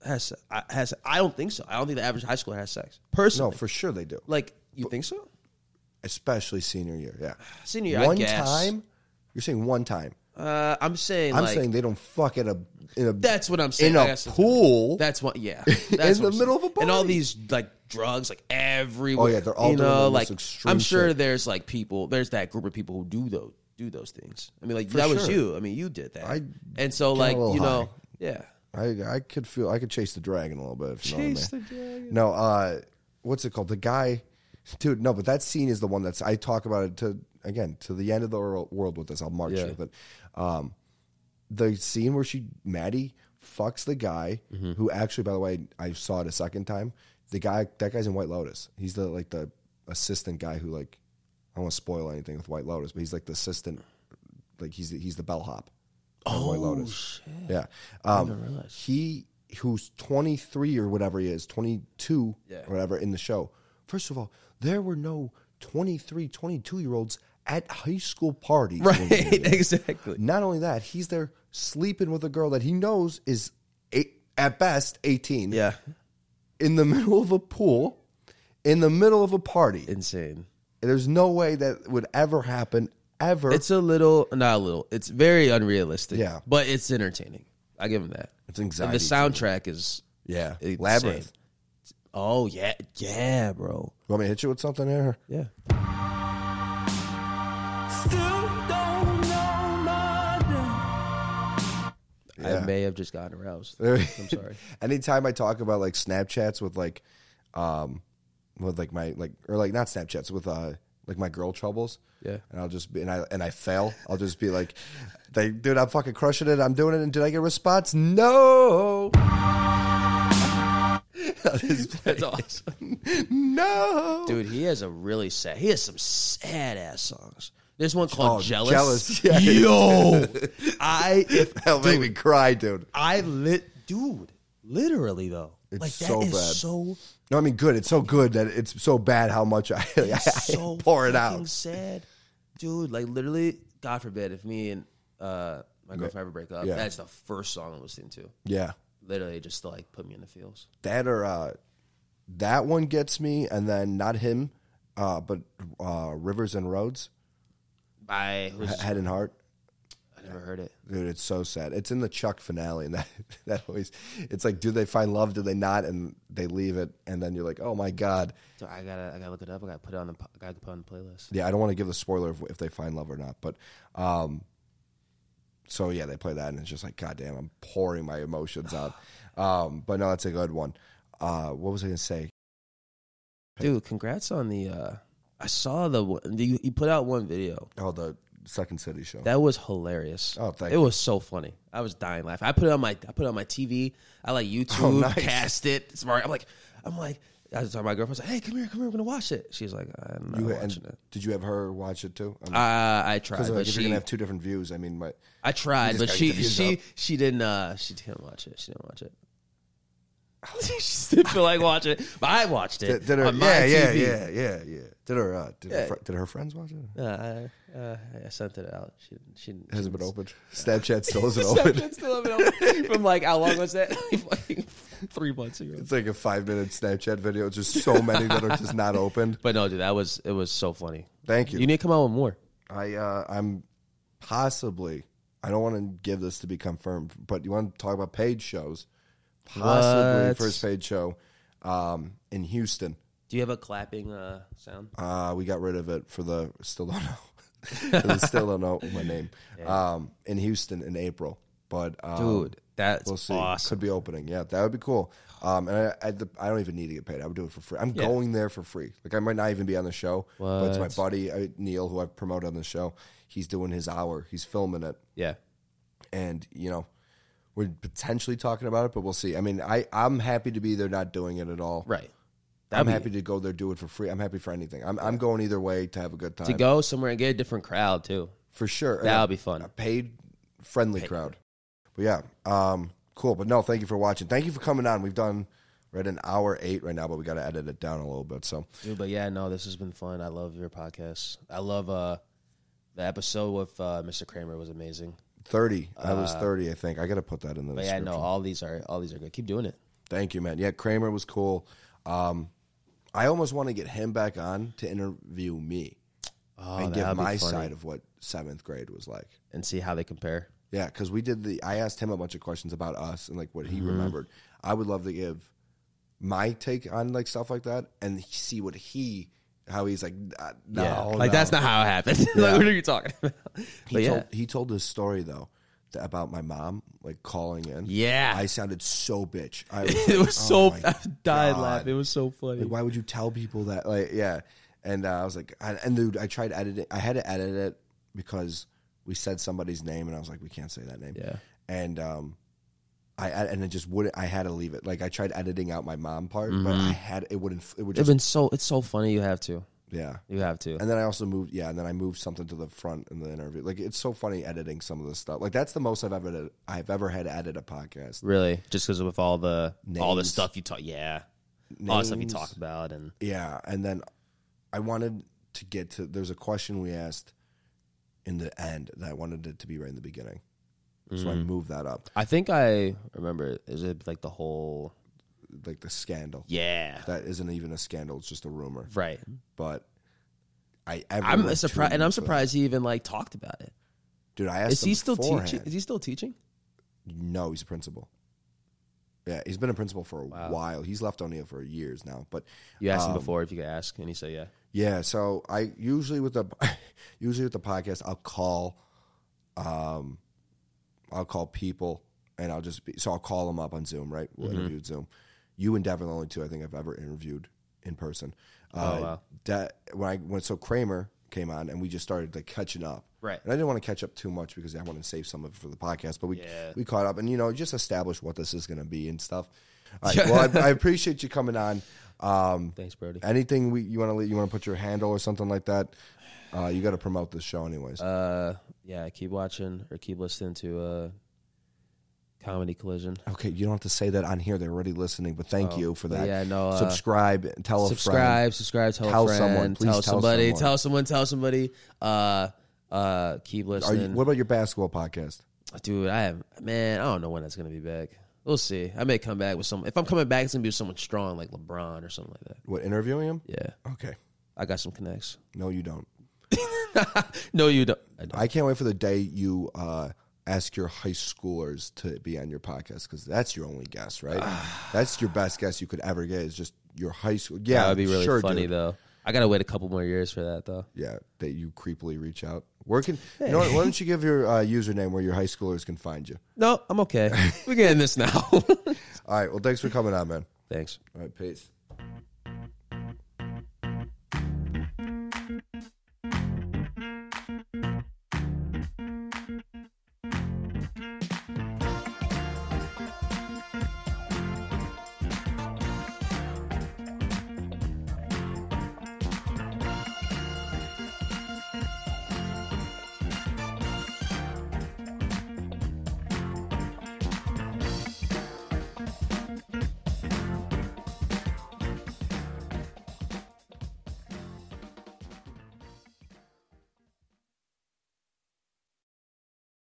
has I- has. I don't think so. I don't think the average high schooler has sex No, personally. for sure they do. like you think so? Especially senior year. Yeah. Senior, year, I one guess. time? You're saying one time. Uh, I'm saying. I'm like, saying they don't fuck in a in a that's what I'm saying. in I a guess that's- pool. That's *laughs* what, yeah. That's the what I'm middle of a saying. And all party. Oh, these like drugs, like everywhere. yeah, they're all you doing the know, most like extreme I'm sure shit. there's like people. There's that group of people who do those do those things. I mean, like that was sure. you. I mean, you did that. I and so got a like little you know, high. yeah. I I could feel I could chase the dragon a little bit. If you Chase know the what I mean. No, uh, what's it called? The guy, dude. No, but that scene is the one that's I talk about it to again to the end of the wor- world with this. I'll march Yeah. with it. Um, the scene where she Maddie fucks the guy Mm-hmm. who actually, by the way, I saw it a second time. The guy that guy's in White Lotus. He's the like the assistant guy who like I don't want to spoil anything with White Lotus, but he's like the assistant, like he's the, he's the bellhop. on White Oh, Lotus. Yeah. Um, he who's 23 or whatever he is, 22 Yeah. or whatever in the show. First of all, there were no 23, 22 year olds at high school parties. when we were *laughs* *laughs* Right, there. exactly. Not only that, he's there sleeping with a girl that he knows is eight, at best 18 Yeah, in the *laughs* middle of a pool, in the middle of a party. insane. There's no way that would ever happen ever. It's a little, not a little. It's very unrealistic. Yeah. but it's entertaining. I give him that. It's And the anxiety. soundtrack is. yeah. insane. Labyrinth. Oh yeah, yeah, bro. You want me to hit you with something here? Yeah. Still don't know nothing. I may have just gotten aroused. *laughs* There- I'm sorry. Anytime I talk about like Snapchats with like, um, with like my like or like not Snapchats with uh like my girl troubles. Yeah. and I'll just be and I and I fail. I'll just be like, they dude, I'm fucking crushing it. I'm doing it. And did I get a response? No. out his That's awesome. no, Dude, he has a really sad. He has some sad ass songs. There's one called Oh, Jealous. Jealous, *laughs* yes. Yo, *laughs* I if that'll make me cry, dude. I lit, dude. Literally though, It's like that is so bad. so No, I mean good. It's so good that it's so bad how much I, *laughs* I *laughs* so pour it fucking out. Sad, dude. Like literally, God forbid if me and uh, my girlfriend ever break up, Yeah. that's the first song I'm listening to. Yeah, Literally, just to, like put me in the feels. that or uh, that one gets me, and then not him, uh, but uh, Rivers and Roads, I was, *laughs* Head and Heart. I never heard it. Dude, it's so sad. It's in the Chuck finale, and that *laughs* that always, it's like, do they find love? Do they not? And they leave it, and then you're like, oh my god, So I gotta, I gotta look it up. I gotta put it on the, po- I gotta put it on the playlist. yeah. I don't want to give the spoiler of if they find love or not, but um, so yeah, they play that, and it's just like, god damn, I'm pouring my emotions *sighs* out. Um, but no, that's a good one. Uh, what was I gonna say? Dude, congrats on the. uh I saw the one- the- you, you put out one video Oh, the Second City show. that was hilarious. Oh, thank it you. was so funny. I was dying laughing. I put it on my I put it on my TV. I like YouTube Oh, nice. cast it. Smart. I'm like I'm like I was talking to my girlfriend. I was like, hey, come here, come here. We're gonna watch it. She's like, I'm not You- and watching it. Did you have her watch it too? I mean, Uh, I tried, 'cause, like, but if you're gonna she have two different views, I mean, my, I tried, You but just gotta she get the views she up. she didn't uh she didn't watch it. She didn't *laughs* watch it. *laughs* she didn't feel like watching it, but I watched it. did, did her on yeah my yeah TV. yeah yeah yeah did her uh, did, Yeah. her, fr- did her friends watch it? Uh, I, uh, I sent it out. She didn't. She didn't. *laughs* hasn't been she opened. *laughs* Snapchat still *laughs* isn't didn't- open. Snapchat's still haven't opened. From like how long was that? *laughs* *laughs* Like three months ago. It's like a five minute Snapchat video. It's just so many that are just not opened. But no, dude, that was it was so funny. Thank you. You need to come out with more. I uh, I'm possibly I don't want to give this to be confirmed, but you want to talk about paid shows? Possibly What? first paid show um, in Houston. Do you have a clapping uh, sound? Uh, we got rid of it for the still don't know. *laughs* For the still don't know my *laughs* name. Um, in Houston in April, but um, Dude, that's We'll see. awesome. Could be opening. Yeah, that would be cool. Um, and I, I, the, I don't even need to get paid. I would do it for free. I'm going there for free. Like I might not even be on the show, but it's my What? buddy uh, Neil who I promote on the show. He's doing his hour. He's filming it, Yeah. and you know, we're potentially talking about it, but we'll see. I mean, I I'm happy to be there, not doing it at all. Right. I'm That'd be- happy to go there, do it for free. I'm happy for anything. I'm I'm going either way to have a good time To go somewhere and get a different crowd too. for sure. That And a- would be fun. A paid, friendly crowd. But yeah, um, cool. But no, thank you for watching. Thank you for coming on. We've done we're at an hour eight right now, but we got to edit it down a little bit. So Dude, but yeah, no, this has been fun. I love your podcast. I love uh the episode with uh, Mr. Kramer was amazing. thirty, I was thirty, I think. I got to put that in the Uh, But yeah, description. no, all these are all these are good. Keep doing it. Thank you, man. Yeah, Kramer was cool. Um, I almost want to get him back on to interview me Oh, and that give would be my funny. side of what seventh grade was like. and see how they compare. Yeah, because we did the. I asked him a bunch of questions about us and like what he Mm-hmm. remembered. I would love to give my take on like stuff like that and see what he, how he's like. "Ah, No, like no." that's not how it happened. *laughs* like, what are you talking about? He but yeah, told he told this story though th- about my mom like calling in. Yeah. I sounded so bitch. *laughs* I was *laughs* it like, was "Oh so my I died God." laughing. It was so funny. Like, why would you tell people that? Like, yeah. And uh, I was like, I, and dude, I tried editing. I had to edit it because we said somebody's name, and I was like, we can't say that name. Yeah. And um, I I- and it just wouldn't. I had to leave it. Like I tried editing out my mom part, but Mm-hmm. I had it wouldn't. It would It's just been so it's so funny. You have to, yeah. you have to. And then I also moved, yeah. And then I moved something to the front in the interview. Like it's so funny editing some of this stuff. Like that's the most I've ever I've ever had to edit a podcast. really, just because with all the all the Names. stuff you talk, yeah, all the stuff you Names. talk about, and Yeah, and then I wanted to get to. There's a question we asked in the end that I wanted it to be right in the beginning, so I Mm-hmm. moved that up, I think I remember. it. Is it like the whole? like the scandal. Yeah, That isn't even a scandal; it's just a rumor. right. But I, ever I'm went surprised, too and I'm into it. surprised he even like talked about it. dude. I asked Is he him still teaching? beforehand. Is he still teaching? No, he's a principal. Yeah, he's been a principal for a while. He's left O'Neill for years now, but You Um, asked him before if you could ask, and he said yeah. Yeah, so I usually with the *laughs* usually with the podcast, I'll call, um, I'll call people, and I'll just be so I'll call them up on Zoom, right? We'll Mm-hmm. interview with Zoom. You and Devin are the only two I think I've ever interviewed in person. Uh, Oh, wow. De- when I when so Kramer came on and we just started like catching up, Right. And I didn't want to catch up too much because I wanted to save some of it for the podcast, but we Yeah. we caught up and you know just established what this is going to be and stuff. *laughs* All right, well, I, I appreciate you coming on. Um, Mm, Thanks, Brody. anything we, you want to you want to put your handle or something like that? Uh, you got to promote this show, anyways. Uh, yeah, keep watching or keep listening to uh, Comedy Collision. okay, you don't have to say that on here. They're already listening, but thank you for that. Oh, yeah, no, uh, subscribe. Tell a friend. subscribe, subscribe, tell, Tell a friend, someone, please tell, tell somebody, someone. tell someone, tell somebody. Uh, uh, keep Are you, listening, what about your basketball podcast? dude. I have man. I don't know when that's gonna be back. We'll see. I may come back with some. If I'm coming back, it's gonna be with someone strong like LeBron or something like that. What interviewing him? Yeah, Okay, I got some connects. no, you don't. No, you don't. I don't. I can't wait for the day you uh, ask your high schoolers to be on your podcast because that's your only guess, *sighs* right? that's your best guess you could ever get is just your high school. Yeah, that would be really sure, funny dude. though. I gotta wait a couple more years for that though. Yeah, that you creepily reach out. Where can you know? what, Why don't you give your uh, username where your high schoolers can find you? *laughs* No, I'm okay. We're getting this now. *laughs* All right. Well, thanks for coming on, man. Thanks. All right, peace.